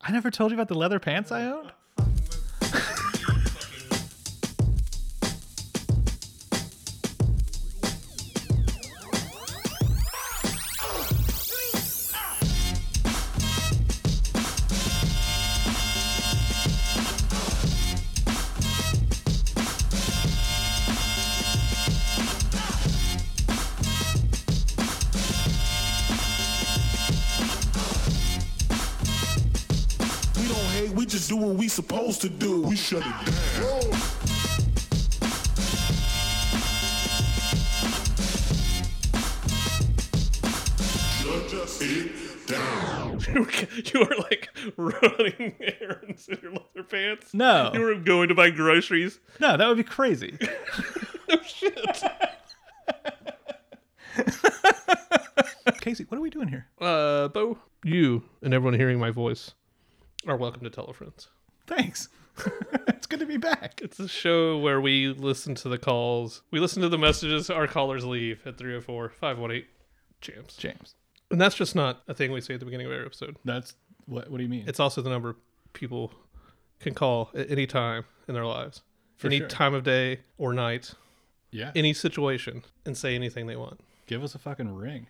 I never told you about the leather pants I own. We don't hate, we just do what we supposed to do. We shut it down. Shut it down. you were like running errands in your leather pants. No. You were going to buy groceries. No, that would be crazy. Oh, Casey, what are we doing here? Uh, Bo, you and everyone hearing my voice are welcome to Telefriends. Thanks. it's good to be back. It's a show where we listen to the calls. We listen to the messages our callers leave at 304 518 Champs. James, And that's just not a thing we say at the beginning of every episode. that's what. What do you mean? It's also the number people can call at any time in their lives, any sure. time of day or night, yeah. any situation, and say anything they want. give us a fucking ring.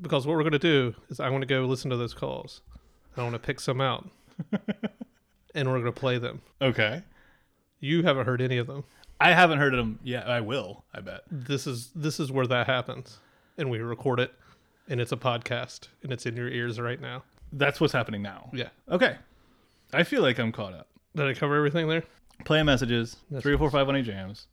Because what we're going to do is I want to go listen to those calls. I want to pick some out, and we're going to play them. Okay. You haven't heard any of them. I haven't heard of them yet. I will. I bet. This is this is where that happens, and we record it, and it's a podcast, and it's in your ears right now. That's what's happening now. Yeah. Okay. I feel like I'm caught up. Did I cover everything there? Play messages. That's three, four, five, one, eight jams.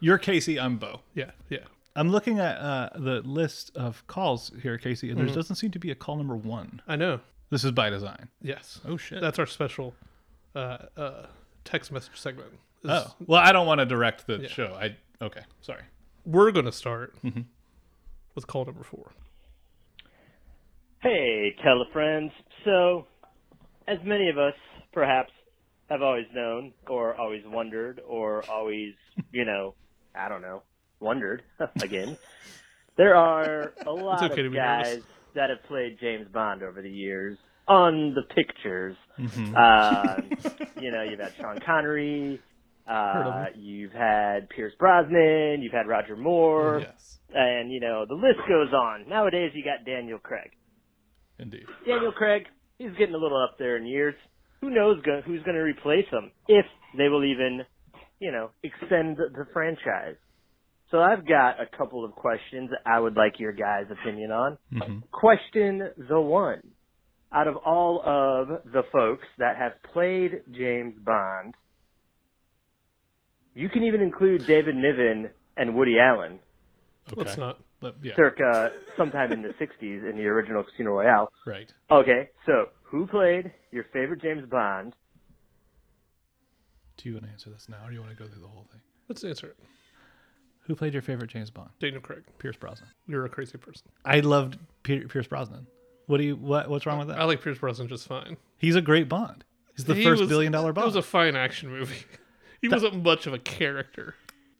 You're Casey. I'm Bo. Yeah. Yeah. I'm looking at uh, the list of calls here, Casey, Mm. and there doesn't seem to be a call number one. I know. This is by design. Yes. Oh shit. That's our special uh, uh, text message segment. This- oh well, I don't want to direct the show. I okay. Sorry. We're going to start Mm-hmm. with call number four. Hey, telefriends. So, as many of us perhaps have always known, or always wondered, or always, you know, I don't know, wondered again, there are a lot okay to of be nervous. guys that have played James Bond over the years on the pictures. Mm-hmm. Uh, you know, you've had Sean Connery. Uh, you've had Pierce Brosnan, you've had Roger Moore, Yes. and you know the list goes on. Nowadays, you got Daniel Craig. Indeed. Daniel Craig, he's getting a little up there in years. Who knows go- who's going to replace him? If they will even, you know, extend the the franchise. So I've got a couple of questions that I would like your guys' opinion on. Question the one. Out of all of the folks that have played James Bond, you can even include David Niven and Woody Allen Okay. Let's not. Let- yeah. circa sometime in the 60s in the original Casino Royale. Right. Okay, so who played your favorite James Bond? Do you want to answer this now, or do you want to go through the whole thing? Let's answer it. Who played your favorite James Bond? Daniel Craig, Pierce Brosnan. you're a crazy person. I loved Pier- Pierce Brosnan. What do you? What? What's wrong with I that? like Pierce Brosnan just fine. He's a great Bond. He's the He first was- billion dollar Bond. It was a fine action movie. He wasn't much of a character.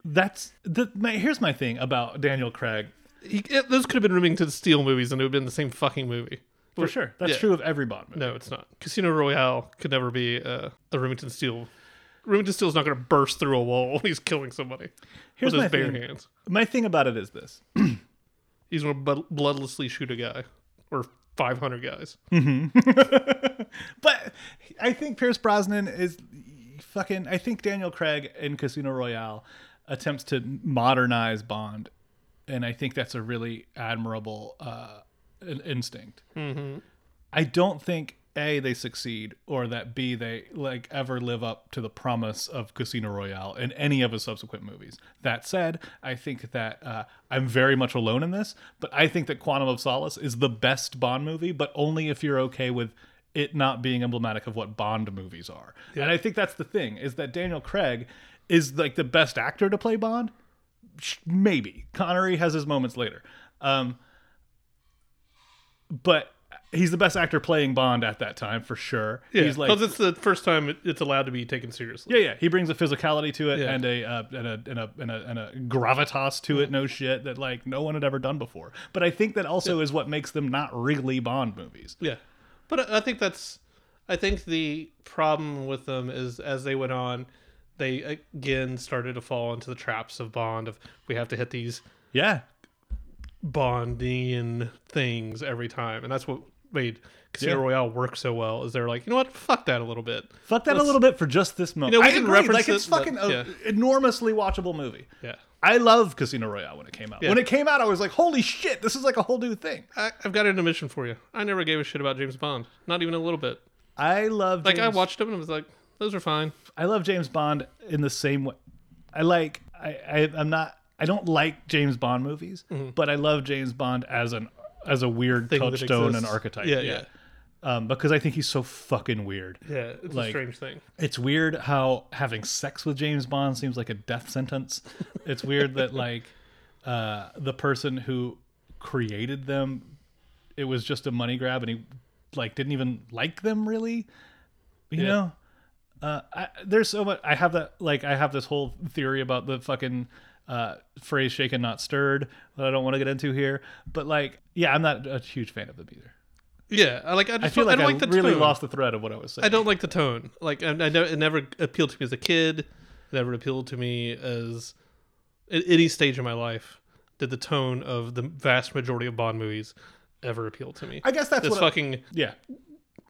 That's the. My, here's my thing about Daniel Craig. He, it, those could have been Remington Steele movies, and it would have been the same fucking movie. For sure, that's yeah. true of every Bond movie. No, it's not. Casino Royale could never be uh, a Remington Steele. Remington Steele's not going to burst through a wall when he's killing somebody Here's with my his bare thing. hands. My thing about it is this: He's going to blood- bloodlessly shoot a guy or 500 guys. But I think Pierce Brosnan is fucking. I think Daniel Craig in Casino Royale attempts to modernize Bond, and I think that's a really admirable uh, in- instinct. I don't think a they succeed or that b they like ever live up to the promise of Casino Royale in any of his subsequent movies. That said, I think that uh, I'm very much alone in this, but I think that Quantum of Solace is the best Bond movie, but only if you're okay with it not being emblematic of what Bond movies are. And I think that's the thing is that Daniel Craig is like the best actor to play Bond. Sh- Maybe Connery has his moments later. Um, but he's the best actor playing Bond at that time for sure. Yeah, he's like because it's the first time it- it's allowed to be taken seriously. yeah, yeah. He brings a physicality to it Yeah. and a uh, and a and a and a and a gravitas to it. Mm-hmm. No shit that like no one had ever done before. But I think that also is what makes them not really Bond movies. Yeah, but I, I think that's I think the problem with them is as they went on, they again started to fall into the traps of Bond of we have to hit these Yeah. Bondian things every time, and that's what made Casino Yeah. Royale work so well. Is they're like, you know what, fuck that a little bit. Fuck that a Let's- little bit for just this moment. You know, we I can agree. reference like it's it, but- fucking a yeah. enormously watchable movie. Yeah, I love Casino Royale when it came out. When it came out, I was like, "Holy shit, this is like a whole new thing." I, I've got an admission for you. I never gave a shit about James Bond, not even a little bit. I love Like I James- watched him and was like, those are fine. I love James Bond in the same way. I like I, I I'm not I don't like James Bond movies, but I love James Bond as an as a weird Mm-hmm. Thing that touchstone and exists. archetype. Yeah, yeah, Um, because I think he's so fucking weird. yeah. it's Like- a strange thing. It's weird how having sex with James Bond seems like a death sentence. It's weird that like uh, the person who created them, it was just a money grab, and he like didn't even like them really. You Yeah. know, uh, I, there's so much. I have that like I have this whole theory about the fucking uh, phrase "shaken not stirred" that I don't want to get into here. But like, yeah, I'm not a huge fan of them either. Yeah, I like. I, just I feel don't, like I, don't like the really tone. lost the thread of what I was saying. I don't like the tone. Like I, I know it never appealed to me as a kid. It never appealed to me as at any stage of my life. Did the tone of the vast majority of Bond movies ever appeal to me? I guess that's this what I- fucking yeah.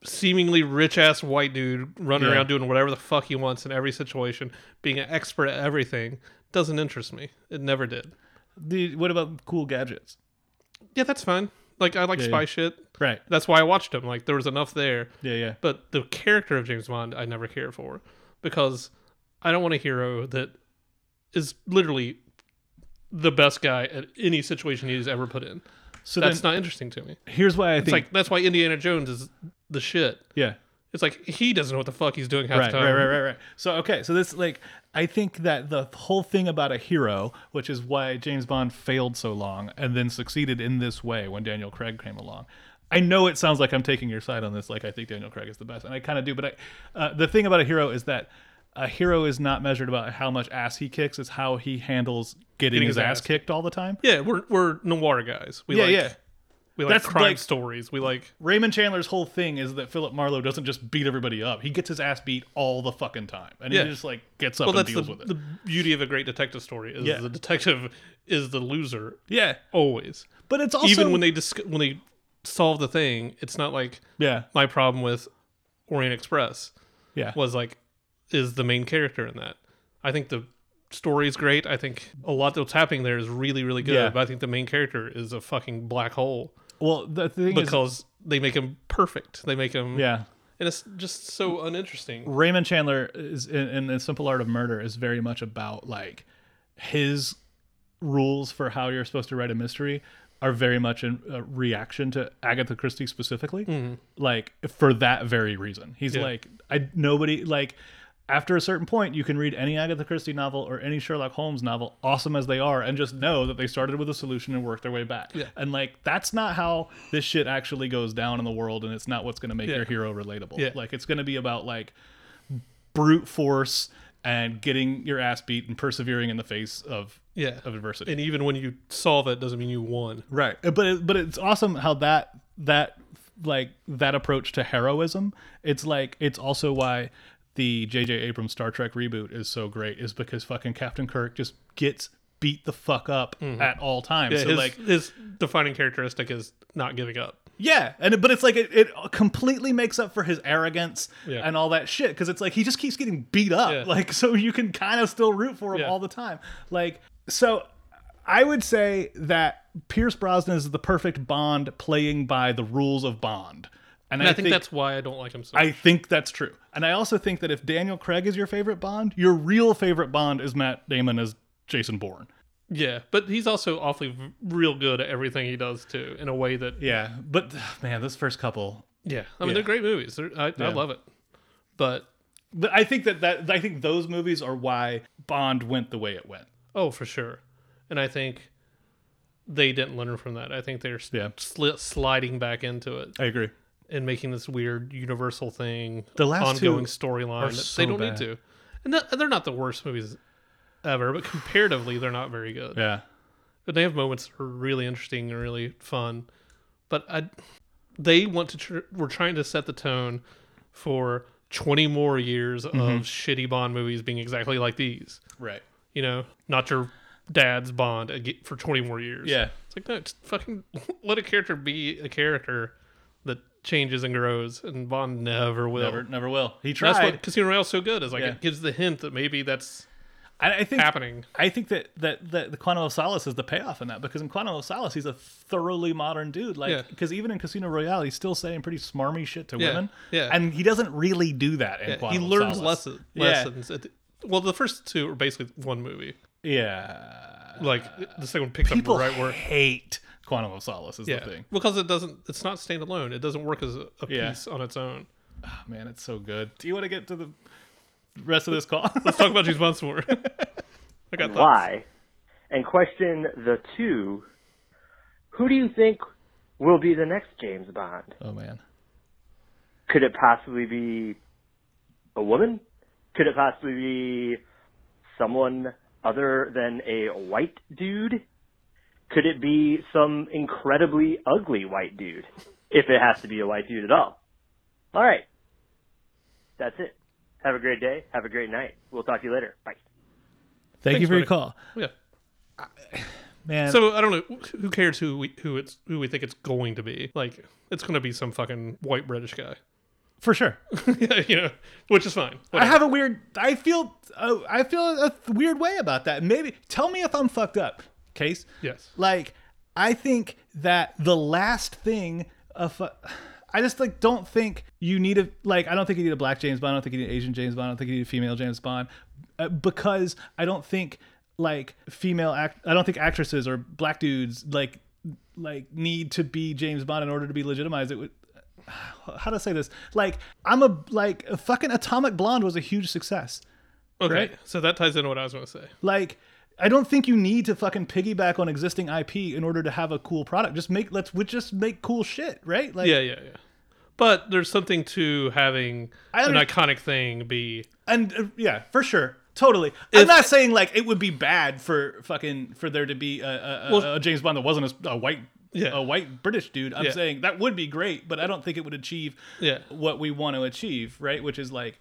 seemingly rich ass white dude running Yeah. around doing whatever the fuck he wants in every situation, being an expert at everything, doesn't interest me. It never did. The, what about cool gadgets? Yeah, that's fine. Like I like Yeah, spy yeah. shit. Right. That's why I watched him. Like there was enough there. Yeah, yeah. But the character of James Bond, I never cared for because I don't want a hero that is literally the best guy at any situation he's ever put in. So That's then not interesting to me. here's why I It's think like that's why Indiana Jones is the shit. yeah. It's like he doesn't know what the fuck he's doing half Right, the right, time. right, right, right. So okay, so this like I think that the whole thing about a hero, which is why James Bond failed so long and then succeeded in this way when Daniel Craig came along. I know it sounds like I'm taking your side on this, like I think Daniel Craig is the best, and I kind of do. But I, uh, the thing about a hero is that a hero is not measured about how much ass he kicks; it's how he handles getting, his, his ass ass kicked all the time. Yeah, we're we're noir guys. We Yeah, like yeah. we like That's crime like- stories. We like Raymond Chandler's whole thing is that Philip Marlowe doesn't just beat everybody up; he gets his ass beat all the fucking time, and Yeah. he just like gets up well and that's the, deals with it. the beauty of a great detective story is Yeah. the detective is the loser yeah, always. but it's also Even when they dis- when they solve the thing, it's not like yeah my problem with Orient Express yeah was like is the main character in that. I think the story is great. I think a lot that's happening there is really really good, Yeah. but I think the main character is a fucking black hole Well, the thing is, because they make him perfect. They make him yeah, and it's just so uninteresting. Raymond Chandler is in, in the Simple Art of Murder is very much about like his rules for how you're supposed to write a mystery are very much in a reaction to Agatha Christie specifically, like for that very reason. He's like, I nobody like. After a certain point, you can read any Agatha Christie novel or any Sherlock Holmes novel, awesome as they are, and just know that they started with a solution and worked their way back. And like that's not how this shit actually goes down in the world, and it's not what's going to make your hero relatable. Yeah. Like it's going to be about like brute force and getting your ass beat and persevering in the face of Yeah. of adversity. and even when you solve it doesn't mean you won right. But it, but it's awesome how that that like that approach to heroism. It's like it's also why the J.J. Abrams Star Trek reboot is so great is because fucking Captain Kirk just gets beat the fuck up at all times. so his, like his defining characteristic is not giving up Yeah, and but it's like it, it completely makes up for his arrogance Yeah. and all that shit because it's like he just keeps getting beat up. Yeah. Like so you can kind of still root for him Yeah. all the time. Like so I would say that Pierce Brosnan is the perfect Bond playing by the rules of Bond. And, and i, think, that's why i don't like him so much. I think that's true. And I also think that if Daniel Craig is your favorite Bond, your real favorite Bond is Matt Damon as Jason Bourne. yeah but he's also awfully v- real good at everything he does too in a way that yeah, Yeah, but man, this first couple i mean they're great movies they're, I, I love it but But I think that, that I think those movies are why Bond went the way it went. oh for sure and i think they didn't learn from that i think they're s- Yeah. sli- sliding back into it I agree. and making this weird universal thing The last two ongoing storyline that so they don't bad. need to and th- they're not the worst movies ever but comparatively they're not very good Yeah. But they have moments that are really interesting and really fun. But I, they want to. Tr- we're trying to set the tone for 20 more years Mm-hmm. of shitty Bond movies being exactly like these. Right. You know, not your dad's Bond ag- for 20 more years. Yeah. It's like, no, just fucking let a character be a character that changes and grows, and Bond never will. Never, never will. He tried. That's what Casino Royale's so good is like Yeah. it gives the hint that maybe that's I, I think happening. I think that, that that the Quantum of Solace is the payoff in that because in Quantum of Solace he's a thoroughly modern dude. Yeah. Like because even in Casino Royale he's still saying pretty smarmy shit to Yeah, women. yeah. And he doesn't really do that in he Quantum. of learns Solace. lesson, Yeah. lessons. At the, well, the first two are basically one movie. Yeah. Like the second one picks up People right where hate Quantum of Solace is yeah, the thing. because it doesn't. It's not standalone. It doesn't work as a, a Yeah. piece on its own. Oh, man, it's so good. Do you want to get to the rest of this call? Let's talk about these months more. I got thoughts. Why? And question the two: Who do you think will be the next James Bond? oh man. Could it possibly be a woman? Could it possibly be someone other than a white dude? Could it be some incredibly ugly white dude? If it has to be a white dude at all. All right. That's it. Have a great day. Have a great night. We'll talk to you later. Bye. Thank Thanks, you for your buddy. call. Yeah. Man. So I don't know. Who cares who we who it's who we think it's going to be? Like it's going to be some fucking white British guy. for sure. yeah, you know, which is fine. I Whatever. have a weird. I feel. Uh, I feel a th- weird way about that. Maybe tell me if I'm fucked up, Case. Yes. Like I think that the last thing a fu- I just like don't think you need a like I don't think you need a black James Bond. I don't think you need an Asian James Bond. I don't think you need a female James Bond uh, because I don't think like female act. I don't think actresses or black dudes like like need to be James Bond in order to be legitimized. It would how to say this like i'm a like fucking atomic blonde was a huge success Okay, Right? so that ties into what I was going to say. like i don't think you need to fucking piggyback on existing ip in order to have a cool product just make let's we just make cool shit right like Yeah, yeah, yeah. But there's something to having I an under- iconic thing be. and uh, yeah for sure totally i'm not saying like it would be bad for fucking for there to be a, a, a- Well- a james bond that wasn't a, a white Yeah. a white british dude i'm Yeah. saying that would be great but i don't think it would achieve Yeah. what we want to achieve right which is like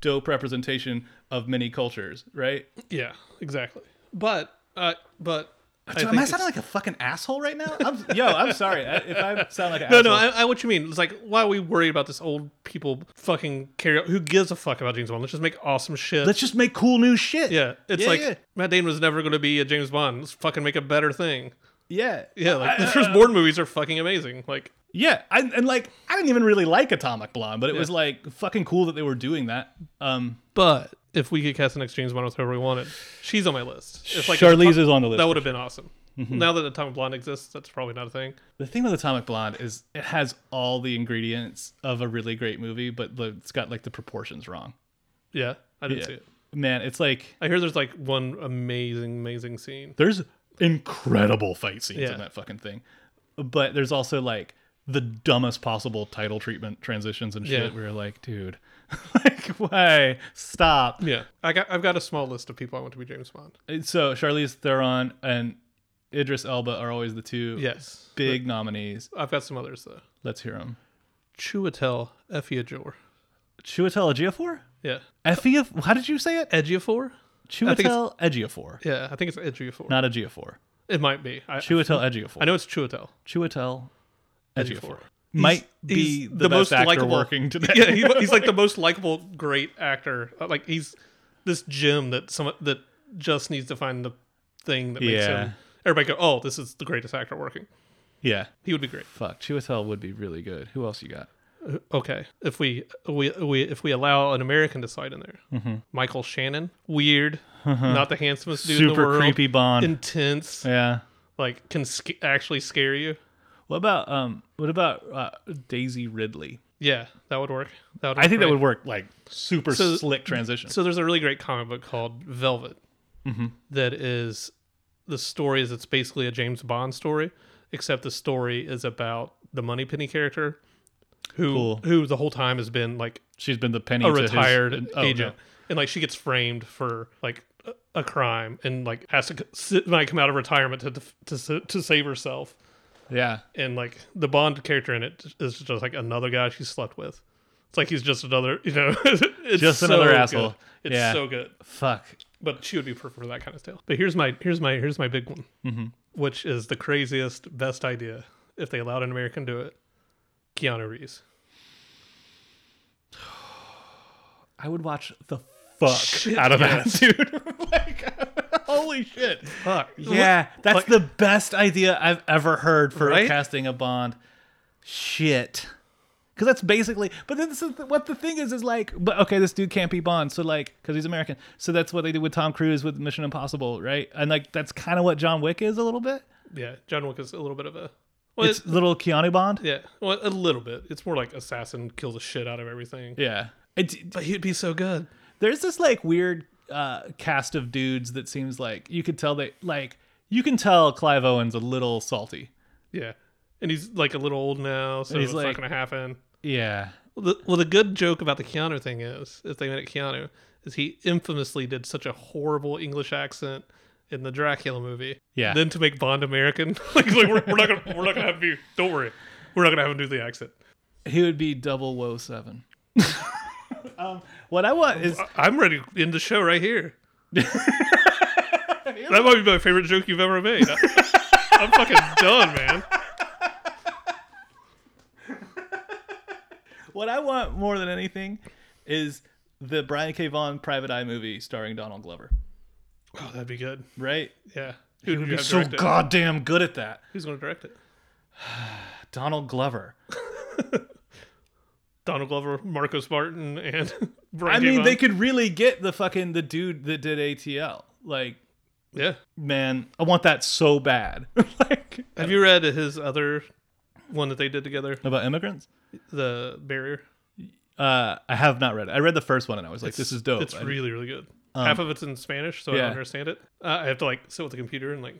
dope representation of many cultures right Yeah, exactly. But uh, but I Dude, think am I it's- sounding like a fucking asshole right now? I'm, yo, I'm sorry I- if I sound like an no, asshole. no, I, I what you mean. It's like why are we worried about this old people fucking carry? Who gives a fuck about James Bond? Let's just make awesome shit. Let's just make cool new shit. yeah, it's Yeah, like yeah. Matt Damon was never going to be a James Bond. Let's fucking make a better thing. yeah, Yeah, like the uh, first Bourne movies are fucking amazing. Like yeah. I, and like, I didn't even really like Atomic Blonde, but it was like fucking cool that they were doing that. Um, But if we could cast an next James Bond with whoever we wanted, she's on my list. If, like, Charlize is on the list. Mm-hmm. That would have been awesome. Now that Atomic Blonde exists, that's probably not a thing. the thing with Atomic Blonde is it has all the ingredients of a really great movie, but the, it's got like the proportions wrong. Yeah, I didn't Yeah. see it. Man, it's like I hear there's like one amazing, amazing scene. there's incredible fight scenes Yeah. in that fucking thing, but there's also like the dumbest possible title treatment transitions and shit. Yeah. Where you're like, dude, like, why stop? Yeah, I got I've got a small list of people I want to be James Bond. And So Charlize Theron and Idris Elba are always the two Yes, big nominees. I've got some others though. Let's hear them. Chiwetel Ejiofor. Chiwetel Ejiofor? Yeah, Effie? How did you say it? Ejiofor. think it's- Chiwetel Ejiofor, Yeah, I think it's Ejiofor. not Ejiofor. it might be. I, Chiwetel Ejiofor. I know it's Chiwetel. Chiwetel Ejiofor Ejiofor. might He's- be he's the, most actor likable- working today. Yeah, he, he's like the most likable great actor. Uh, Like he's this gem that some that just needs to find the thing that makes Yeah. him. Everybody go, oh, this is the greatest actor working. yeah. He would be great. Fuck, Chiwetel would be really good. Who else you got? Okay, if we we, we if we allow an American to slide in there, Mm-hmm. Michael Shannon, weird, not the handsomest dude in the Uh-huh. Super world, creepy Bond. intense, yeah. like can sc- actually scare you. What about um? What about uh, Daisy Ridley? Yeah, that would work. That would I think that great. would work like super So- slick transition. So there's a really great comic book called Velvet Mm-hmm. that is the story is it's basically a James Bond story, except the story is about the Moneypenny character who Cool. who the whole time has been like She's been the penny a to his- retired oh, no. agent, and like she gets framed for like a- a crime and like has to c- sit, like come out of retirement to def- to s- to save herself. Yeah. And like the Bond character in it is just like another guy she slept with, It's like he's just another, you know, it's Just so another good. asshole. It's Yeah. so good, Fuck. but she would be perfect for that kind of tale. But here's my here's my here's my big one, mm-hmm. which is the craziest, best idea if they allowed an American to do it. Keanu Reeves. I would watch the fuck Shit, out of yes. that dude. like, holy shit. Fuck. Yeah, that's like- the best idea I've ever heard for Right? casting a Bond. Shit. Because that's basically, but then this is the- what the thing is is like, but okay, this dude can't be Bond, so like, because he's American, so that's what they did with Tom Cruise with Mission Impossible, right? And like, that's kind of what John Wick is a little bit. Yeah, John Wick is a little bit of a. Well, It's little Keanu Bond. Yeah, well, a little bit. It's more like assassin kills the shit out of everything. Yeah, It's- But he'd be so good. there's this like weird uh, cast of dudes that seems like you could tell they like you can tell Clive Owen's a little salty. Yeah, and he's like a little old now, so And he's it's like- not gonna happen. Yeah, Well the, well, the good joke about the Keanu thing is, if they made it Keanu, is he infamously did such a horrible English accent in the Dracula movie. Yeah. Then to make Bond American, like, like, we're, we're not gonna we're not gonna have you. Don't worry, we're not gonna have him do the accent. he would be double woe seven. um, what I want is I, am ready to end the show right here. that might be my favorite joke you've ever made. I, I'm fucking done, man. what I want more than anything is the Brian K. Vaughan Private Eye movie starring Donald Glover. Oh, that'd be good. Right? Yeah. Who would He'd be so goddamn good at that. Who's going to direct it? Donald Glover. Donald Glover, Marcos Martin, and Brian. I mean, K. they Vaughan? could really get the fucking the dude that did ATL. Like, Yeah. man, I want that so bad. like Have you read his other one that they did together, about immigrants? The Barrier? Uh, I have not read it. I read the first one and I was like, this is dope. It's I- Um, really, really good. Half of it's in Spanish, so I yeah. don't understand it. Uh, I have to like sit with the computer and like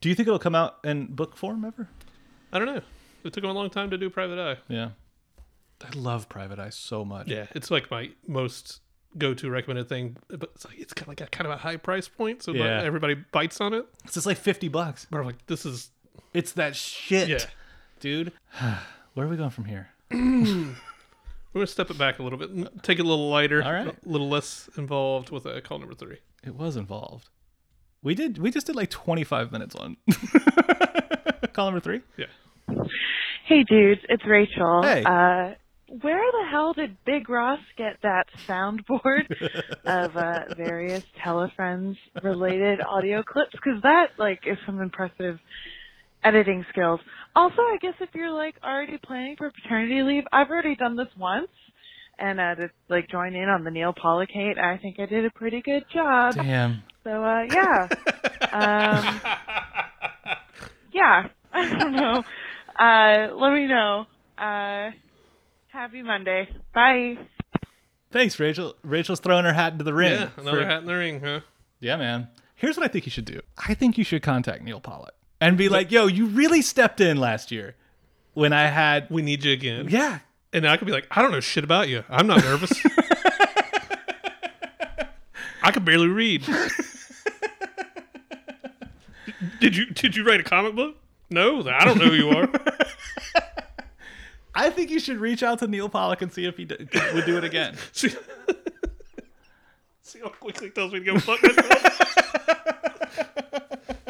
Do you think it'll come out in book form ever? I don't know. It took him a long time to do Private Eye. Yeah. I love Private Eye so much. Yeah, it's like my most go-to recommended thing, but it's like it's kind of like a kind of a high price point, so Yeah. not everybody bites on it. It's just like 50 bucks. But I'm like, this is It's that shit. yeah. Dude, where are we going from here? We're gonna step it back a little bit, and take it a little lighter, All right. a little less involved with uh, call number three. It was involved. We did. We just did like 25 minutes on call number three. Yeah, Hey dudes, it's Rachel. Hey. Uh, where the hell did Big Ross get that soundboard of uh, various Telefriends related audio clips? Because that like is some impressive editing skills. Also, I guess if you're like already planning for paternity leave, I've already done this once, and uh, to like join in on the Neil Pollock hate, I think I did a pretty good job. Damn. So uh, yeah, um, yeah. I don't know. Uh, let me know. Uh, happy Monday. Bye. Thanks, Rachel. Rachel's throwing her hat into the ring. yeah, another for- hat in the ring, huh? Yeah, man. Here's what I think you should do. I think you should contact Neil Pollock and be like, "Yo, you really stepped in last year when I had." We need you again. Yeah. and I could be like, I don't know shit about you. I'm not nervous. I could barely read. did you did you write a comic book? No, I don't know who you are. I think you should reach out to Neil Pollock and see if he d- would do it again. See, see how quickly he tells me to go fuck myself.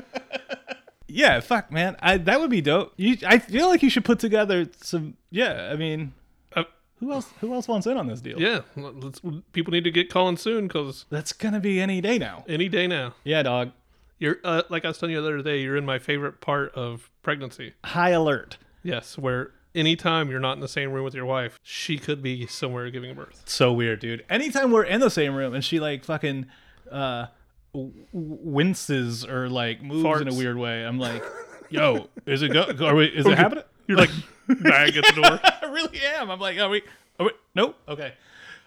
Yeah, fuck, man. I that would be dope. You, I feel like you should put together some. Yeah, I mean, Uh, who else? Who else wants in on this deal? yeah, let's, people need to get calling soon because that's gonna be any day now. any day now. Yeah, dog. You're uh, like I was telling you the other day. You're in my favorite part of pregnancy. High alert. Yes, where anytime you're not in the same room with your wife, she could be somewhere giving birth. So weird, dude. Anytime we're in the same room and she like fucking uh w- w- winces or like moves in a Farts. weird way, I'm like, yo, is it go? Are we? Is it happening? You're like bag at the door. I really am. I'm like, are we? Are we? Nope. Okay.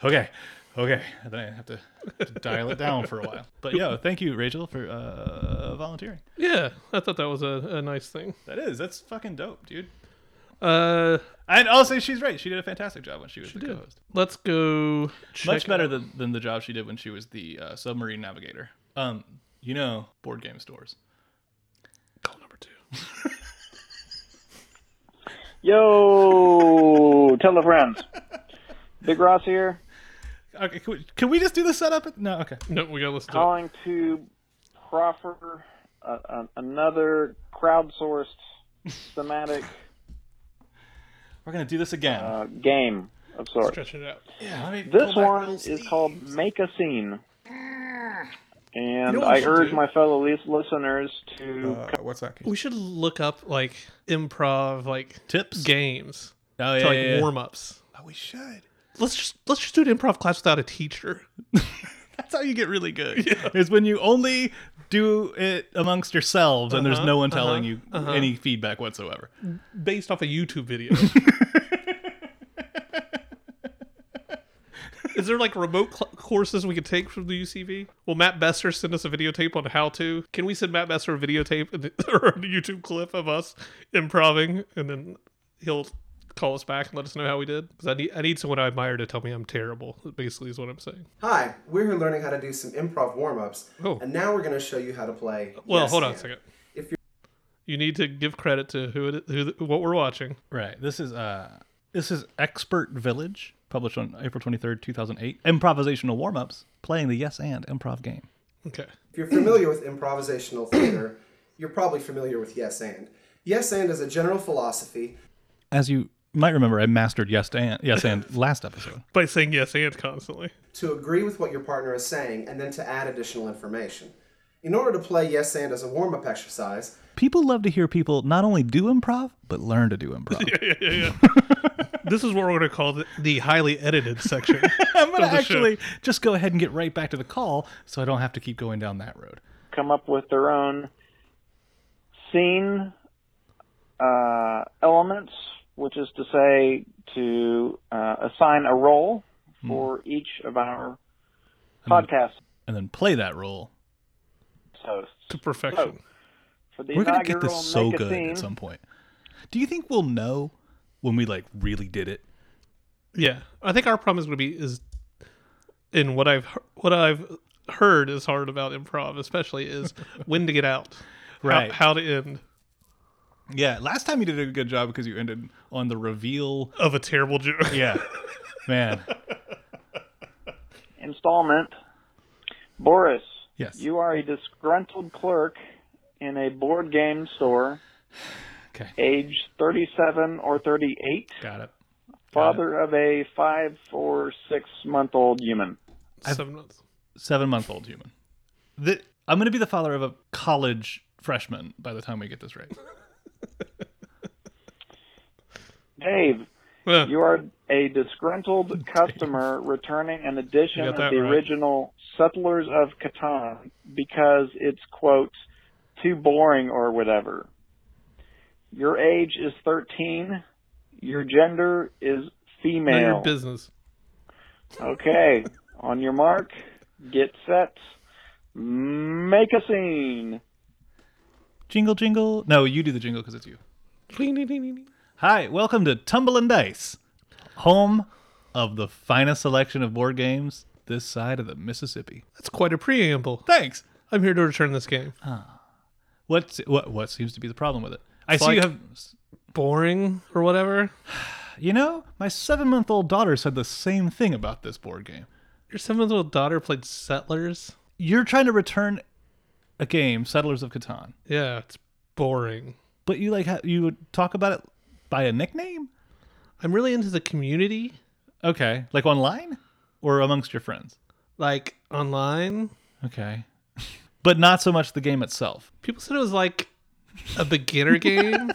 Okay. Okay. Then I have to dial it down for a while. But yo, thank you, Rachel, for uh volunteering. Yeah, I thought that was a, a nice thing. That is. That's fucking dope, dude. Uh, And also, she's right. She did a fantastic job when she was the did. co-host. let's go. Check much better than, than the job she did when she was the uh, submarine navigator. Um, you know, board game stores. Call number two. Yo, tell the friends. Big Ross here, Okay, can we, can we just do the setup? No, okay. No, we gotta listen Oh. to it. calling to proffer uh, uh, another crowdsourced thematic We're gonna do this again. uh, game of sorts. Stretch it out. yeah, let me This pull back Ah. one real is steep. called Make a Scene. know And what we I should urge do? my fellow lis- listeners to Uh, what's that? We should look up like improv like tips. games Oh to yeah, like yeah, yeah. warm ups. Oh, we should. Let's just let's just do an improv class without a teacher. That's how you get really good. Is when you only do it amongst yourselves and Uh-huh, there's no one telling you any feedback whatsoever. based off a YouTube video. Is there like remote cl- courses we could take from the UCV? Will Matt Besser send us a videotape on how to? Can we send Matt Besser a videotape and- or a YouTube clip of us improving, and then he'll call us back and let us know how we did? Because I need I need someone I admire to tell me I'm terrible. Basically, is what I'm saying. Hi, we're here learning how to do some improv warm ups, Oh. and now we're going to show you how to play. Well, Yes, hold on a Man. second. If you need to give credit to who it, who the- what we're watching. Right. This is uh this is Expert Village, published on April twenty third, two thousand eight. Improvisational warm ups, playing the yes and improv game. Okay. If you're familiar with improvisational theater, you're probably familiar with yes and. Yes and is a general philosophy As you might remember, I mastered yes and yes and last episode. By saying yes and constantly. to agree with what your partner is saying and then to add additional information. In order to play yes and as a warm up exercise, People love to hear people not only do improv, but learn to do improv. yeah, yeah, yeah. this is what we're going to call the, the highly edited section. I'm gonna Of the show. actually just go ahead and get right back to the call so I don't have to keep going down that road. come up with their own scene uh, elements, which is to say, to uh, assign a role Hmm. for each of our Mm. podcast And then play that role. hosts. to perfection. For the We're gonna get inaugural this so Make a good Scene, at some point. Do you think we'll know when we like really did it? Yeah, I think our problem is going to be is in what I've he- what I've heard is hard about improv, especially is when to get out, How- Right. How, to end Yeah, last time you did a good job because you ended on the reveal. of a terrible joke. Yeah, man. installment. Boris, Yes. you are a disgruntled clerk in a board game store, Okay. age 37 or 38, Got it. father of a five or six month old human. Seven months. Seven month old human. The, I'm going to be the father of a college freshman by the time we get this right. Dave, Yeah. You are a disgruntled customer returning an edition You of got the that right. original Settlers of Catan because it's, quote, too boring or whatever. Your age is 13. Your gender is None of your female. business. okay. On your mark, get set, make a scene. Jingle, jingle. No, you do the jingle because it's you. That's Hi, welcome to Tumble and Dice, home of the finest selection of board games this side of the Mississippi. quite a preamble. Thanks. I'm here to return this game. What's, what what seems to be the problem with it? I see like- you have. Boring or whatever. You know, my seven month old daughter said the same thing about this board game. Your seven month old daughter played Settlers. You're trying to return a game, Settlers of Catan, Yeah, it's boring. but you like ha- you would talk about it by a nickname. I'm really into the community, Okay, like online or amongst your friends. like online. Okay, but not so much the game itself. People said it was like a beginner game.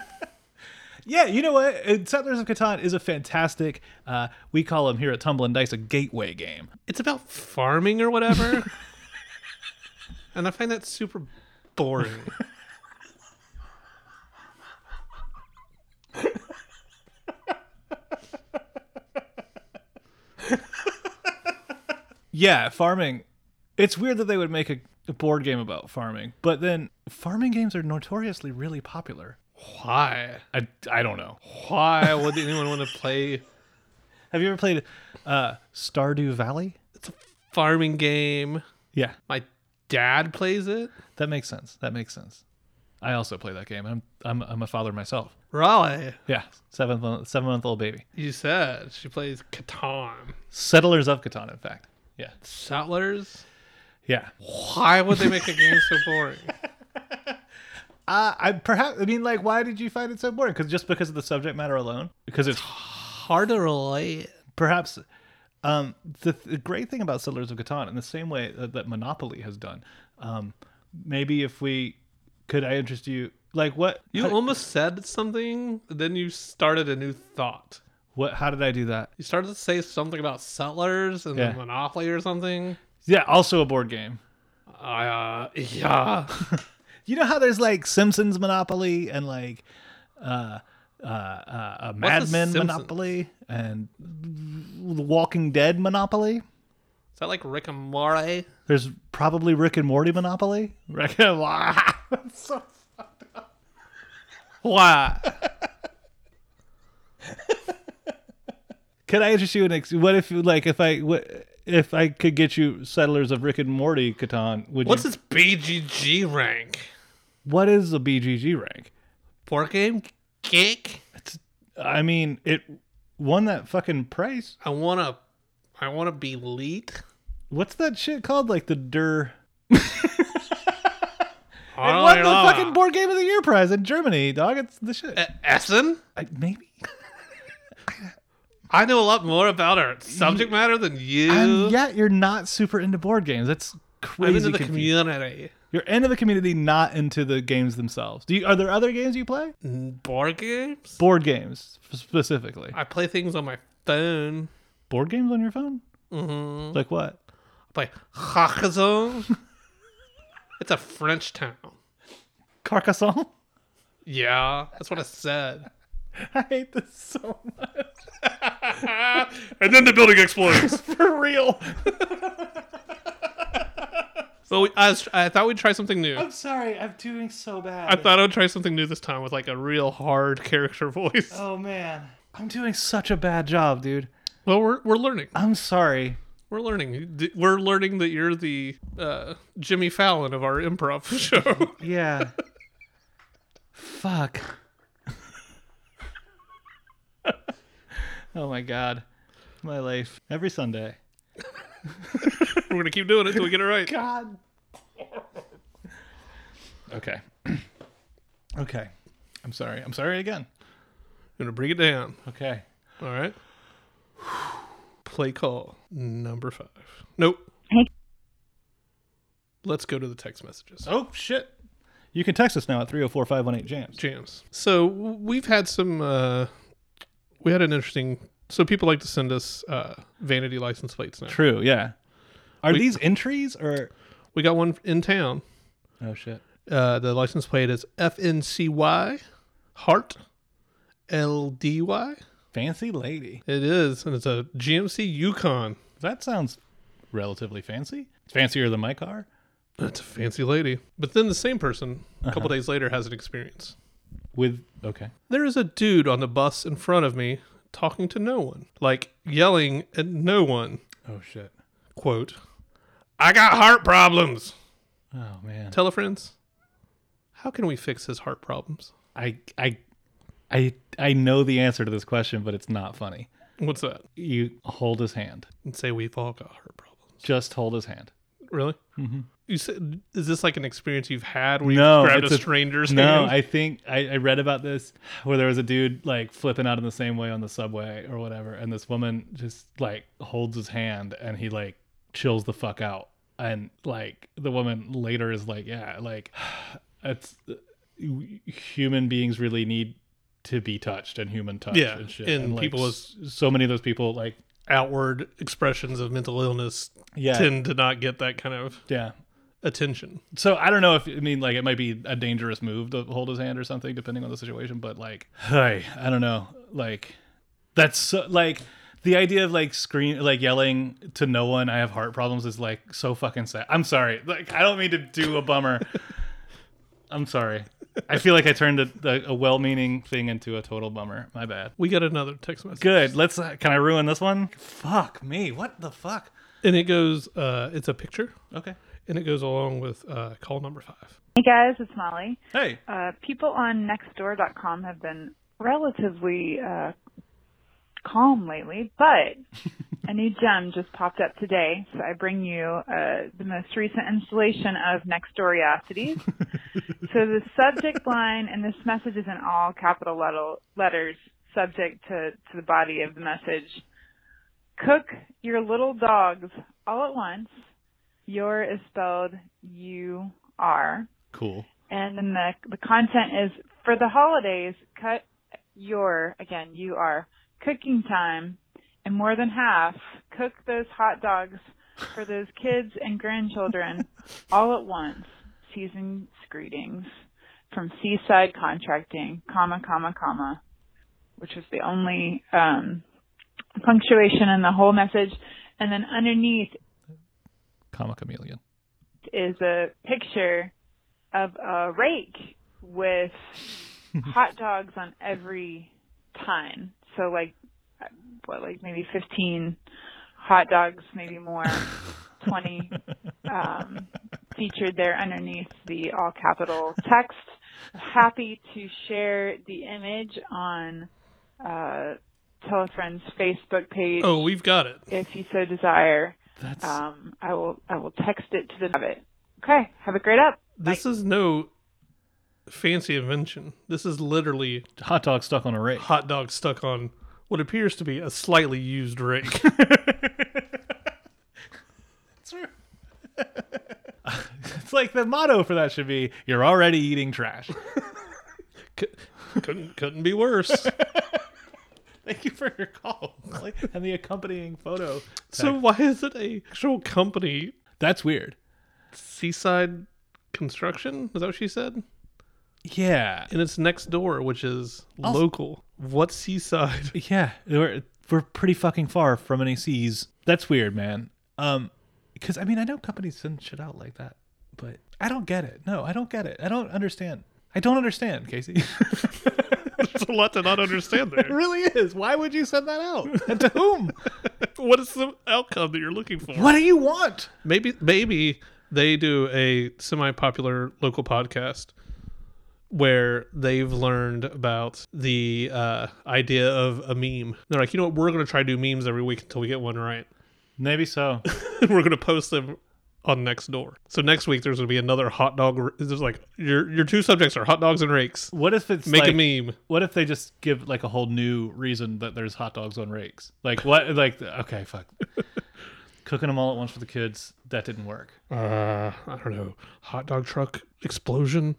Yeah, you know what? Uh, Settlers of Catan is a fantastic. Uh, we call them here at Tumble and Dice a gateway game. it's about farming or whatever. and I find that super boring. Yeah, farming. It's weird that they would make a, a board game about farming, but then farming games are notoriously really popular. Why? I, I don't know. Why would anyone want to play Have you ever played uh, Stardew Valley? farming game? Yeah, My dad plays it. that makes sense. That makes sense. I also play that game. I'm I'm I'm a father myself. Raleigh, Yeah, seven seven month old baby. you said she plays Catan. Settlers of Catan, in fact. Yeah, Settlers? yeah. Why would they make a game so boring? Uh, I perhaps I mean like why did you find it so boring? Because just because of the subject matter alone? Because it's Hard to relate. perhaps um, the, the great thing about Settlers of Catan, in the same way that, that Monopoly has done, um, maybe if we could, I interest you. Like what? You how, almost said something, then you started a new thought. what? How did I do that? You started to say something about settlers and Yeah. then Monopoly or something. Yeah, also a board game. Uh, yeah. You know how there's like Simpsons Monopoly and like uh, uh, uh, uh, Mad the Men Simpsons? Monopoly and The Walking Dead Monopoly. Is that like Rick and Morty? There's probably Rick and Morty Monopoly. Rick and Morty. That's so fucked up. Why? Can I interest you in ex- what if you like if I what, if I could get you settlers of Rick and Morty Catan? Would What's you, its BGG rank? what is a BGG rank? Board game geek. I mean, it won that fucking price. I wanna, I wanna be elite. What's that shit called? Like the Dur. I It don't won the know. fucking board game of the year prize in Germany, dog. It's the shit. E- Essen. I, maybe. I know a lot more about our subject matter than you. and yet you're not super into board games. That's I'm crazy. into the confusing. community. You're into the community, not into the games themselves. Do you, are there other games you play? Board games. Board games f- specifically. I play things on my phone. Board games on your phone? Mm-hmm. Like what? I play Hakazon. it's a French town. Carcassonne? Yeah, that's what I said. I hate this so much. and then the building explodes. For real. so we, I, was, I thought we'd try something new. I'm sorry. I'm doing so bad. I thought I'd try something new this time with like a real hard character voice. oh man, I'm doing such a bad job, dude. Well, we're we're learning. I'm sorry. We're learning. D- We're learning that you're the uh, Jimmy Fallon of our improv show. Yeah. Fuck. oh my god. My life. Every Sunday. we're gonna keep doing it till we get it right. God. okay. okay. I'm sorry. I'm sorry again. We're gonna bring it down. Okay. All right. Play call number five. Nope. Hey. Let's go to the text messages. Oh shit. You can text us now at 304-518 jams. jams. So we've had some. Uh, we had an interesting. So people like to send us uh, vanity license plates now. True, yeah. Are these entries or We got one in town. Oh shit. Uh, the license plate is FNCY Heart LDY. Fancy lady. It is, and it's a GMC Yukon. That sounds relatively fancy. It's fancier than my car. That's a fancy lady. But then the same person, a couple days later, has an experience. With okay. There is a dude on the bus in front of me talking to no one, like yelling at no one. Oh shit. Quote, I got heart problems. Oh man. Tell a friends. How can we fix his heart problems? I I I I know the answer to this question, but it's not funny. What's that? You hold his hand. And say we've all got heart problems. Just hold his hand. Really? Mm-hmm. You said, is this like an experience you've had where you No, grabbed it's a a- stranger's No, hand? I think I, I read about this where there was a dude like flipping out in the same way on the subway or whatever, and this woman just like holds his hand and he like chills the fuck out. And like the woman later is like, yeah, like it's human beings really need to be touched and human touch Yeah, and shit. and like, people s- so many of those people like Outward expressions of mental illness yeah tend to not get that kind of yeah attention. So I don't know if I mean like it might be a dangerous move to hold his hand or something depending on the situation, but like hey, I don't know. Like that's so, like the idea of like scream like yelling to no one I have heart problems is like so fucking sad. I'm sorry. Like I don't mean to do a bummer. I'm sorry. I feel like I turned a, a, a well-meaning thing into a total bummer. My bad. We got another text message. Good. Let's uh, can I ruin this one? Fuck me. What the fuck? And it goes, uh, it's a picture. Okay. and it goes along with uh, call number five. Hey guys, it's Molly. Hey, Uh, people on Nextdoor.com have been relatively uh, calm lately, but a new gem just popped up today. So I bring you uh, the most recent installation of Nextdooriosities. so the subject line, and this message is in all capital let- letters, subject to, to the body of the message. Cook your little dogs all at once. Your is spelled U R. cool. And then the the content is for the holidays. Cut your again. You are cooking time, and more than half cook those hot dogs for those kids and grandchildren all at once. Season's greetings from Seaside Contracting, comma comma comma, which was the only um, punctuation in the whole message. And then underneath Comma chameleon. is a picture of a rake with hot dogs on every tine. So like what like maybe 15 hot dogs, maybe more, 20 um, featured there underneath the all capital text. Happy to share the image on uh, Telefriend's Facebook page Oh, we've got it. if you so desire. That's Um, I will I will text it to the of it. Okay, have a great up. This is no fancy invention. This is literally hot dog stuck on a rake. hot dog stuck on what appears to be a slightly used rake. It's like the motto for that should be "You're already eating trash." couldn't couldn't be worse. Thank you for your call Molly, and the accompanying photo. so why is it a actual company That's weird. Seaside Construction? Is that what she said? Yeah, And it's next door, which is local. What seaside? yeah. We're we're pretty fucking far from any seas. That's weird, man. Um, because I mean, I know companies send shit out like that, but I don't get it. No, I don't get it. I don't understand. I don't understand, Casey. There's a lot to not understand It really is. Why would you send that out? And to whom? what is the outcome that you're looking for? What do you want? Maybe maybe they do a semi-popular local podcast where they've learned about the uh, idea of a meme. They're like, you know what? We're going to try to do memes every week until we get one right. Maybe so. we're going to post them on next door. So next week there's going to be another hot dog. r- There's like your your two subjects are hot dogs and rakes. What if it's Make like, a meme. What if they just give like a whole new reason that there's hot dogs on rakes? Like what? Like okay, fuck. Cooking them all at once for the kids that didn't work. Uh, I don't know. Hot dog truck explosion,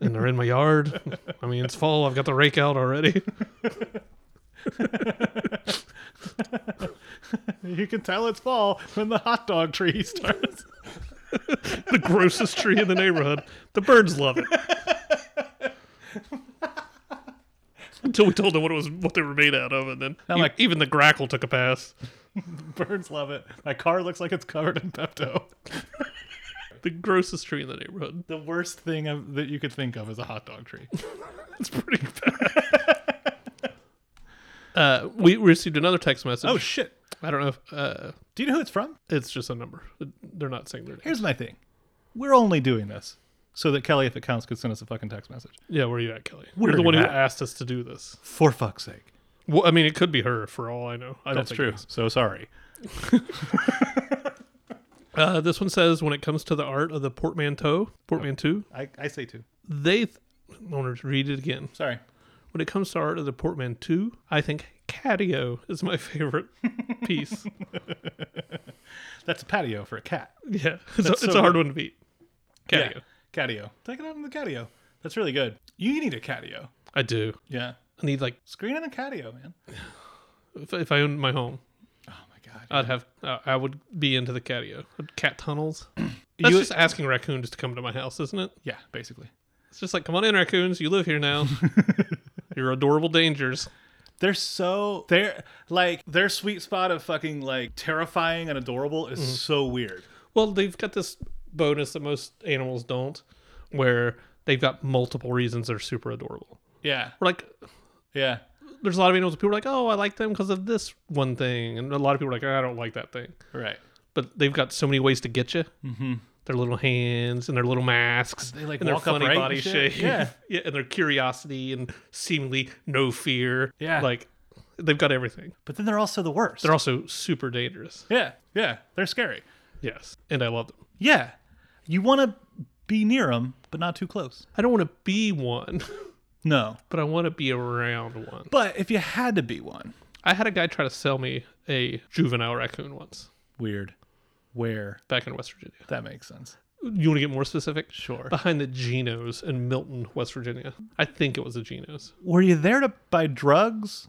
and they're in my yard. I mean, it's fall. I've got the rake out already. You can tell it's fall when the hot dog tree starts. the grossest tree in the neighborhood. The birds love it. Until we told them what it was, what they were made out of, and then Not e- like- even the grackle took a pass. Birds love it. My car looks like it's covered in Pepto. The grossest tree in the neighborhood. The worst thing of, that you could think of is a hot dog tree. It's pretty bad. uh, we received another text message. Oh shit! I don't know. If, uh, Do you know who it's from? it's just a number. They're not saying their name. Here's my thing. We're only doing this so that Kelly, if it counts, could send us a fucking text message. Yeah, where are you at, Kelly? Where You're are the one you who at? asked us to do this. For fuck's sake. Well, I mean, it could be her for all I know. I don't That's think true. it is. So sorry. Uh, this one says when it comes to the art of the portmanteau, portmanteau, I, I say two. they. Th- I want to read it again. Sorry. When it comes to art of the portmanteau, I think catio is my favorite piece. That's a patio for a cat. yeah, it's, a, That's it's so a hard good. one to beat. Catio. Catio. Take it out in the catio. That's really good. You need a catio. I do. Yeah. I need like Screen and a catio, man. if, if I owned my home, Oh my god. I'd have uh, I would be into the catio, cat tunnels. That's You- just asking raccoons to come to my house, isn't it? yeah, basically. It's just like, come on in, raccoons. You live here now. You're adorable dangers. They're so they're like their sweet spot of fucking like terrifying and adorable is so weird. Well, they've got this bonus that most animals don't, where they've got multiple reasons they're super adorable. Yeah. We're like, Yeah. there's a lot of animals. People are like, oh, I like them because of this one thing, and a lot of people are like, I don't like that thing. Right. But they've got so many ways to get you. Mm-hmm. their little hands and their little masks They, like, and their walk funny upright and body shit? shape Yeah. yeah and their curiosity and seemingly no fear Yeah. like they've got everything But then they're also the worst. they're also super dangerous yeah, yeah, they're scary. yes and i love them Yeah, you want to be near them, but not too close. i don't want to be one No, but i want to be around one but if you had to be one, i had a guy try to sell me a juvenile raccoon once weird. Where back in west virginia that makes sense. you want to get more specific Sure. behind the genos in milton west virginia i think it was the genos Were you there to buy drugs?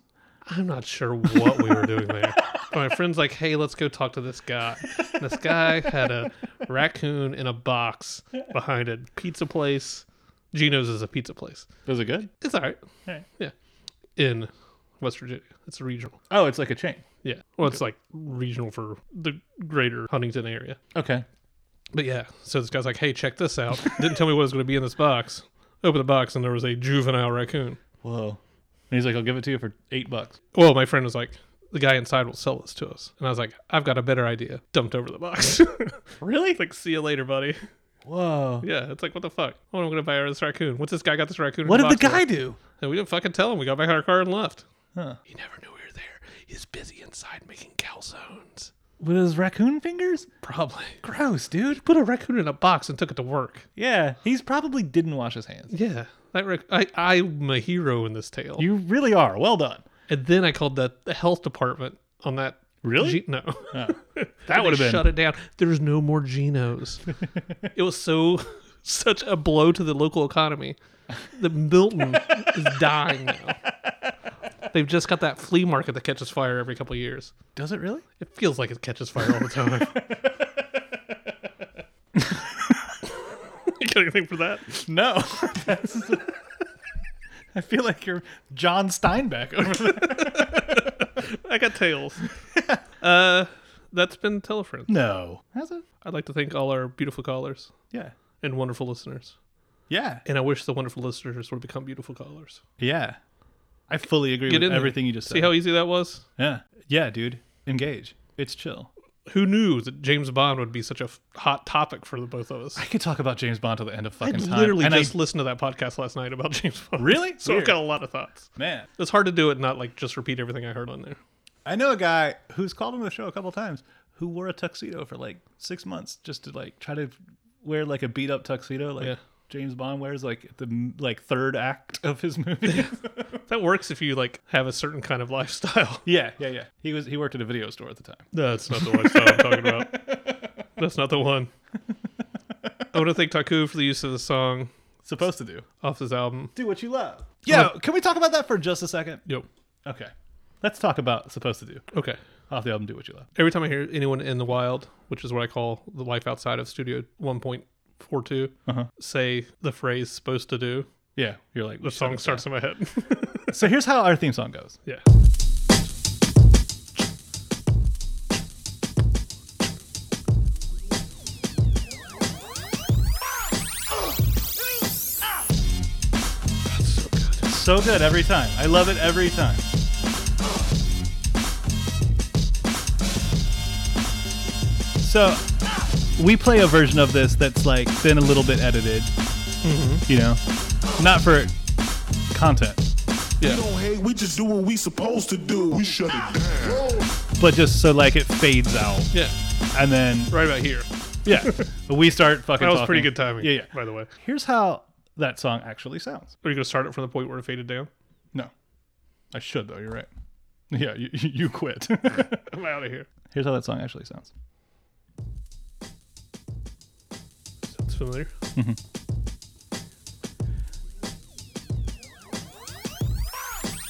I'm not sure what we were doing there. But my friend's like, hey, let's go talk to this guy. And this guy had a raccoon in a box behind a pizza place. Gino's is a pizza place. Was it good? It's all right. Alright. Yeah. In West Virginia. It's regional. Oh, it's like a chain. Yeah. Well, it's like regional for the greater Huntington area. Okay. But yeah, so this guy's like, hey, check this out. Didn't tell me what was going to be in this box. Open the box, and there was a juvenile raccoon. Whoa. And he's like, I'll give it to you for eight bucks. Well, my friend was like, the guy inside will sell this to us. And I was like, I've got a better idea. Dumped over the box. really? Like, see you later, buddy. Whoa. Yeah, it's like, what the fuck? What am I going to buy this raccoon? What's this guy got this raccoon? in What did the box for? guy do? And we didn't fucking tell him. We got back in our car and left. Huh. He never knew we were there. He's busy inside making calzones. With his raccoon fingers? Probably. Gross, dude. Put a raccoon in a box and took it to work. Yeah, he's probably didn't wash his hands. Yeah. That rac- I, I'm a hero in this tale. You really are. Well done. and then I called the, the health department on that. Really? Oh. Ge- no. That They would have been. shut it down. There's no more Genos. it was so such a blow to the local economy. The Milton is dying now. They've just got that flea market that catches fire every couple of years. Does it really? It feels like it catches fire all the time. you got anything for that? No. That's- I feel like you're John Steinbeck over there. I got tails. uh, that's been Telefriend. No. Has it? I'd like to thank all our beautiful callers Yeah. and wonderful listeners. Yeah. And I wish the wonderful listeners would become beautiful callers. Yeah. I fully agree Get with in there. everything you just See said. how easy that was? yeah. Yeah, dude. Engage. It's chill. who knew that James Bond would be such a f- hot topic for the both of us? I could talk about James Bond till the end of I fucking time. literally and I- just listened to that podcast last night about James Bond. Really? So Weird. I've got a lot of thoughts. man. It's hard to do it and not like just repeat everything I heard on there. I know a guy who's called on the show a couple times who wore a tuxedo for like six months just to like try to wear like a beat up tuxedo like Yeah. James Bond wears like the like third act of his movie. That works if you like have a certain kind of lifestyle. yeah, yeah, yeah. He was he worked at a video store at the time. No, That's not the lifestyle I'm talking about. That's not the one. I want to thank Taku for the use of the song Supposed to do off his album. do what you love. Yeah, can we talk about that for just a second? Yep. Okay, let's talk about supposed to do Okay. off the album. Do what you love. Every time I hear anyone in the wild, which is what I call the life outside of Studio 1.42, Uh-huh. say the phrase supposed to do, Yeah, you're like the song starts in my head. So here's how our theme song goes. yeah. So good every time. I love it every time. So we play a version of this that's like been a little bit edited, Mm-hmm. you know, not for content, Yeah. Hey, we just do what we supposed to do. We shut it down. but just so like it fades out, Yeah. and then Right about here. yeah, we start fucking. That was talking. pretty good timing. Yeah, yeah. By the way. Here's how that song actually sounds. Are you gonna start it from the point where it faded down? No, I should though. You're right. Yeah, you, you quit. I'm out of here. Here's how that song actually sounds. Sounds familiar.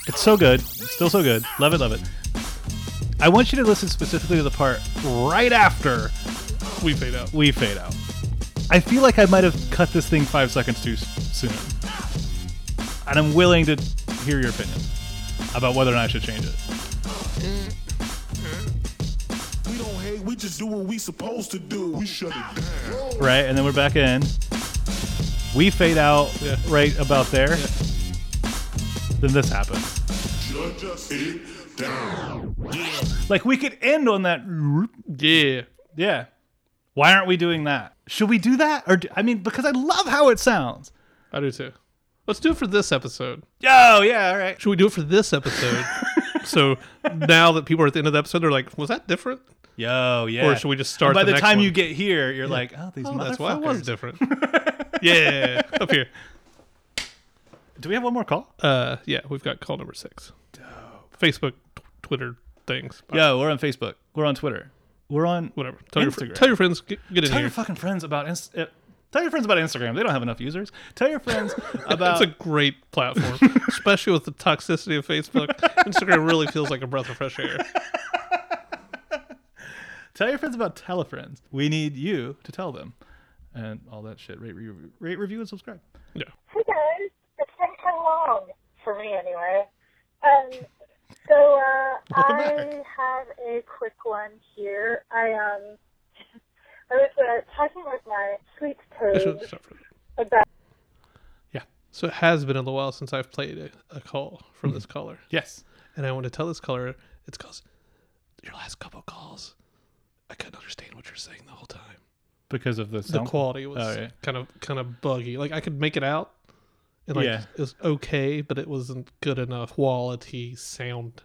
It's so good. It's still so good. Love it, love it. I want you to listen specifically to the part right after We fade out. we fade out. I feel like I might have cut this thing five seconds too s- soon. And I'm willing to hear your opinion about whether or not I should change it. We don't hate, we just do what we supposed to do. We shut it down. Right? And then we're back in. We fade out Yeah. right about there. Then this happens. Judge us it down. Like we could end on that. Yeah. Yeah. Why aren't we doing that? Should we do that? Or do, I mean, because I love how it sounds. I do too. Let's do it for this episode. Yo, Oh, yeah, all right. Should we do it for this episode? so now that people are at the end of the episode, they're like, "Was that different?" Yo, yeah. Or should we just start And by the the, next time one? you get here, you're like, oh, these Oh, motherfuckers. that's why it was different. yeah, up here. Do we have one more call? Uh, yeah, we've got call number six. Facebook, t- Twitter things. Yo, we're on Facebook. We're on Twitter. We're on whatever. Tell your, fr- Instagram. tell your friends, get, get in Tell here. your fucking friends about Inst- uh, tell your friends about Instagram. They don't have enough users. Tell your friends about it's a great platform, especially with the toxicity of Facebook. Instagram really feels like a breath of fresh air. tell your friends about telefriends. We need you to tell them, and all that shit. Rate, re- rate, review, and subscribe. Yeah. Hey guys, it's been so long for me anyway. Um, so uh, Welcome I back. have a quick one here. I um, I was uh, talking with my sweet I should toad start from about Yeah. So it has been a little while since I've played a, a call Hmm. from this caller, Yes. and I want to tell this caller it's because your last couple calls, I couldn't understand what you're saying the whole time. Because of the The sound quality was Oh, yeah. kind of kind of buggy. Like I could make it out, and like Yeah. it was okay, but it wasn't good enough quality sound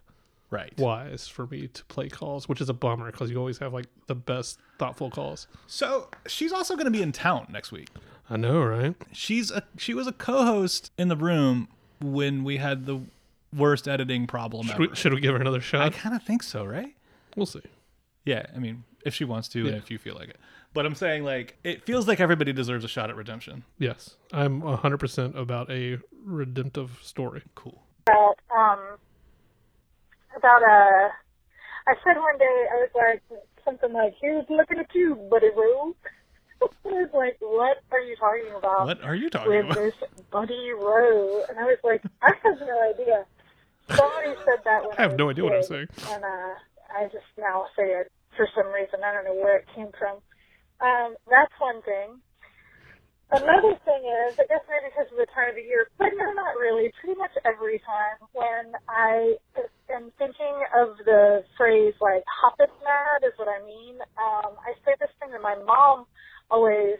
Right. wise for me to play calls, which is a bummer because you always have like the best thoughtful calls. So she's also going to be in town next week. I know, right? She's a she was a co-host in the room when we had the worst editing problem Should ever. we, should we give her another I shot? kind of think so, right? We'll see. Yeah, I mean, if she wants to and Yeah. if you feel like it. But I'm saying like it feels like everybody deserves a shot at redemption. Yes, I'm 100% about a redemptive story. Cool. about um about uh I said one day I was like something like he was looking at you, buddy Roo. I was like, what are you talking about? What are you talking with about? this Buddy Rowe, and I was like, I have no idea. Somebody said that when I have no was a idea what I'm kid, saying. and uh, I just now say it for some reason. I don't know where it came from. Um, that's one thing. Another thing is, I guess maybe because of the time of the year, but no, not really. Pretty much every time when I am thinking of the phrase like "hop it mad" is what I mean. Um, I say this thing that my mom always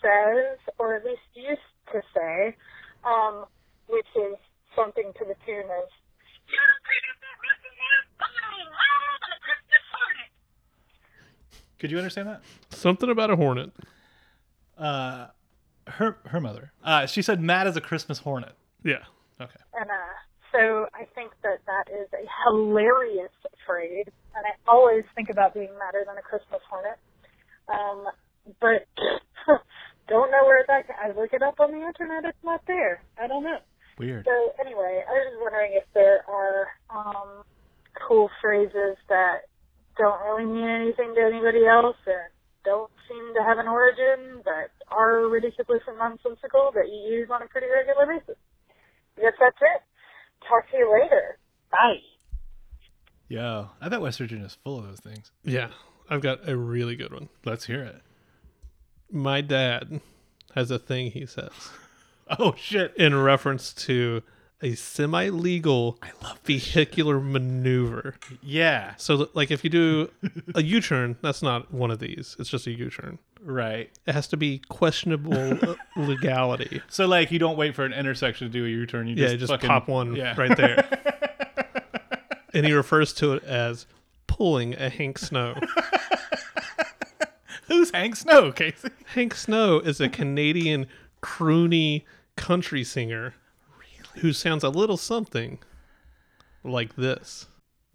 says, or at least used to say, um, which is something to the tune of. "You don't think I'm that messing up? I'm not even mad at this disorder." Could you understand that? Uh, Something about a hornet. Her her mother. Uh, she said Matt is a Christmas hornet. Yeah. Okay. And uh, so I think that that is a hilarious phrase, and I always think about being madder than a Christmas hornet. Um, but don't know where that. I look it up on the internet. It's not there. I don't know. Weird. So anyway, I was just wondering if there are um, cool phrases that don't really mean anything to anybody else and don't seem to have an origin, but are ridiculous and nonsensical that you use on a pretty regular basis. I guess that's it. Talk to you later. Bye. Yo, I bet West Virginia's full of those things. Yeah. I've got a really good one. Let's hear it. My dad has a thing he says Oh shit. in reference to a semi legal vehicular maneuver. Yeah. So, that- like, if you do a U turn, that's not one of these, it's just a U turn. Right. It has to be questionable uh, legality. So like you don't wait for an intersection to do a U-turn. You Yeah, just, just fucking- pop one Yeah. right there. and he refers to it as pulling a Hank Snow. Who's Hank Snow, Casey? Hank Snow is a Canadian croony country singer who sounds a little something like this.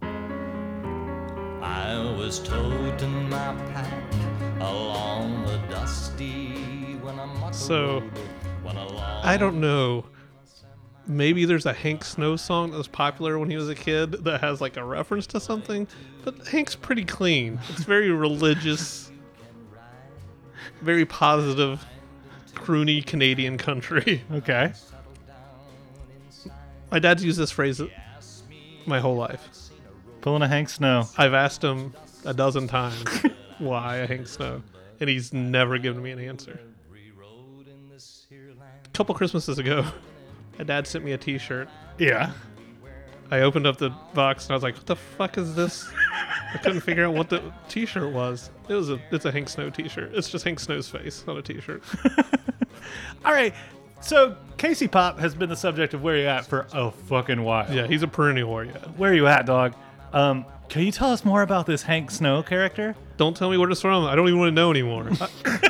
I was toting my pack along the dusty when I muck So- when along I don't know. Maybe there's a Hank Snow song that was popular when he was a kid that has like a reference to something, but Hank's pretty clean. It's very religious, very positive, croony Canadian country. Okay. My dad's used this phrase my whole life. Pulling a Hank Snow. I've asked him a dozen times why I hang snow, and he's never given me an answer. A couple Christmases ago, my dad sent me a T-shirt. Yeah. I opened up the box and I was like, "What the fuck is this I couldn't figure out what the T-shirt was. It was a it's a Hank Snow T-shirt. It's just Hank Snow's face on a T-shirt. All right. So Casey Pop has been the subject of where you at for a fucking while. Yeah, he's a perennial warrior. Where you at, dog? Um, can you tell us more about this Hank Snow character? Don't tell me where it's from. I don't even want to know anymore.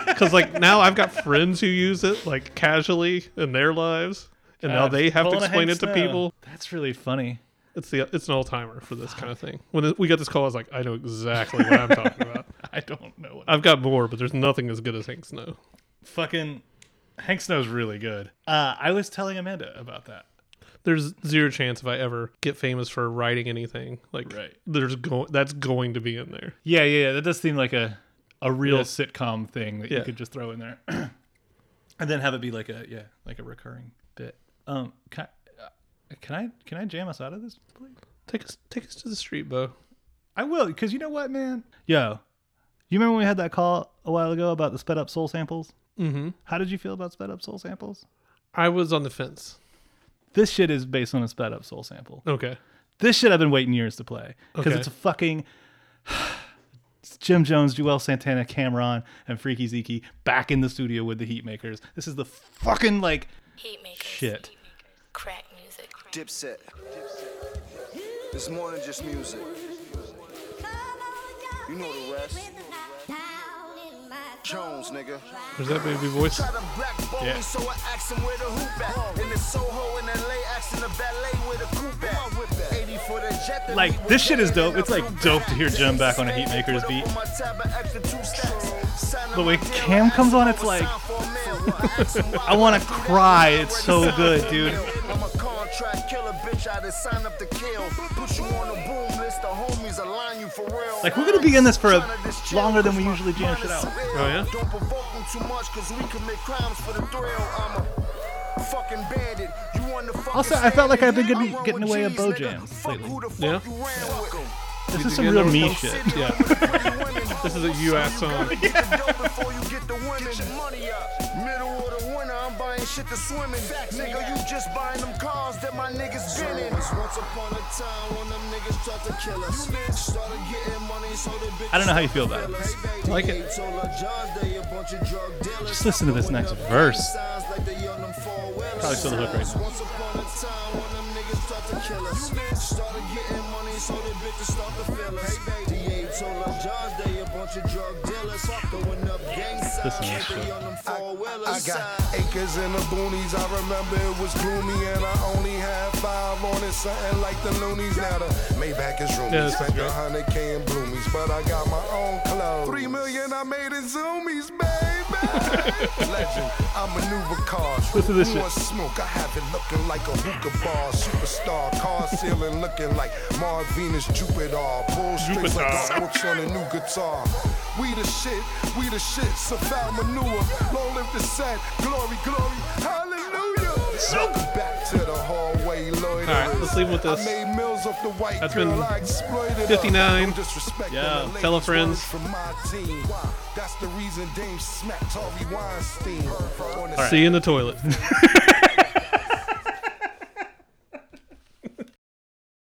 Because like now I've got friends who use it like casually in their lives, and now Uh, they have to pulling a explain it Hank to Snow. people. That's really funny. It's the it's an all timer for this kind of thing. When we got this call, I was like, I know exactly what I'm talking about. I don't know. What I've got more, but there's nothing as good as Hank Snow. fucking Hank Snow's really good. Uh, I was telling Amanda about that. There's zero chance if I ever get famous for writing anything. Like, Right. there's go- that's going to be in there. Yeah, yeah, yeah. That does seem like a a real Yeah. sitcom thing that you Yeah. could just throw in there, and then have it be like a yeah, like a recurring bit. Um, can I, uh, can I can I jam us out of this? Please? Take us take us to the street, Bo. I will, because you know what, man? Yo, you remember when we had that call a while ago about the sped up soul samples? Mm-hmm. How did you feel about sped up soul samples? I was on the fence. This shit is based on a sped up soul sample. Okay. This shit I've been waiting years to play because Okay. it's a fucking it's Jim Jones, Joel Santana, Cameron, and Freaky Zeke back in the studio with the Heat Makers. This is the fucking like Heat makers. Shit. Heat makers. Crack music. Dipset. It's more than just music. You know the rest. Jones, nigga. There's that baby voice. Try to blackball me, Yeah. so I asked him where the hoop at. In the Soho in LA, asking the ballet where the group at. 80 for the jet that we like was this shit is getting, dope. and I It's like flew dope back. to hear Jim back on a Heat Makers Put up beat. on my tab an extra two stacks. Sign The him way a deal, Cam comes on, it's like sign for a man. Well, ask him why I want to cry. It's so good, dude. I'm a contract killer, bitch. I done signed up to kill. Put you on the boom list. The homies align you for real. Like, we're gonna be in this for a- longer than we usually jam shit out. Oh yeah? Don't provoke them too much, cause we commit crimes for the thrill. I'm a fucking bandit. You want to Also, I felt like I've been getting- getting away with Bojangles lately. Yeah. This is think some I real know me what- shit. Yeah. This is a you ass song. Get the dough before you get the women. money up. Middle of the winter, I'm buying shit to swim in. Nigga, you just buying them cars that my niggas been in. Once upon a time when them niggas tried to kill us. Started getting money, so the bitch I don't know how you feel about it. Like it. Just listen to this next verse. Probably still the hook right now. This is next shit. I got acres in the boonies. I remember it was gloomy, and I only had five on it, something like the loonies. Now the Maybach is roomy. Yeah, this is Spent a great. hundred K in bloomies, but I got my own clothes. Three million I made in zoomies, baby. Legend, I maneuver cars. Listen to this Who shit. wants smoke? I have it looking like a hookah bar. Superstar car ceiling looking like Marv Venus Jupiter. Pull strings like Jupiter. the works on a new guitar. We the shit, we the shit, so foul manure. Long live the set, glory, glory, hallelujah. Welcome back to the hallway, Lloyd. All right, let's leave with this. I made mills off the white That's girl, been I exploited her. 59. Don't disrespect Yeah. the Tell a ladies' friends. words From my team. That's the reason Dame smacked Harvey Weinstein. On the See you in the toilet.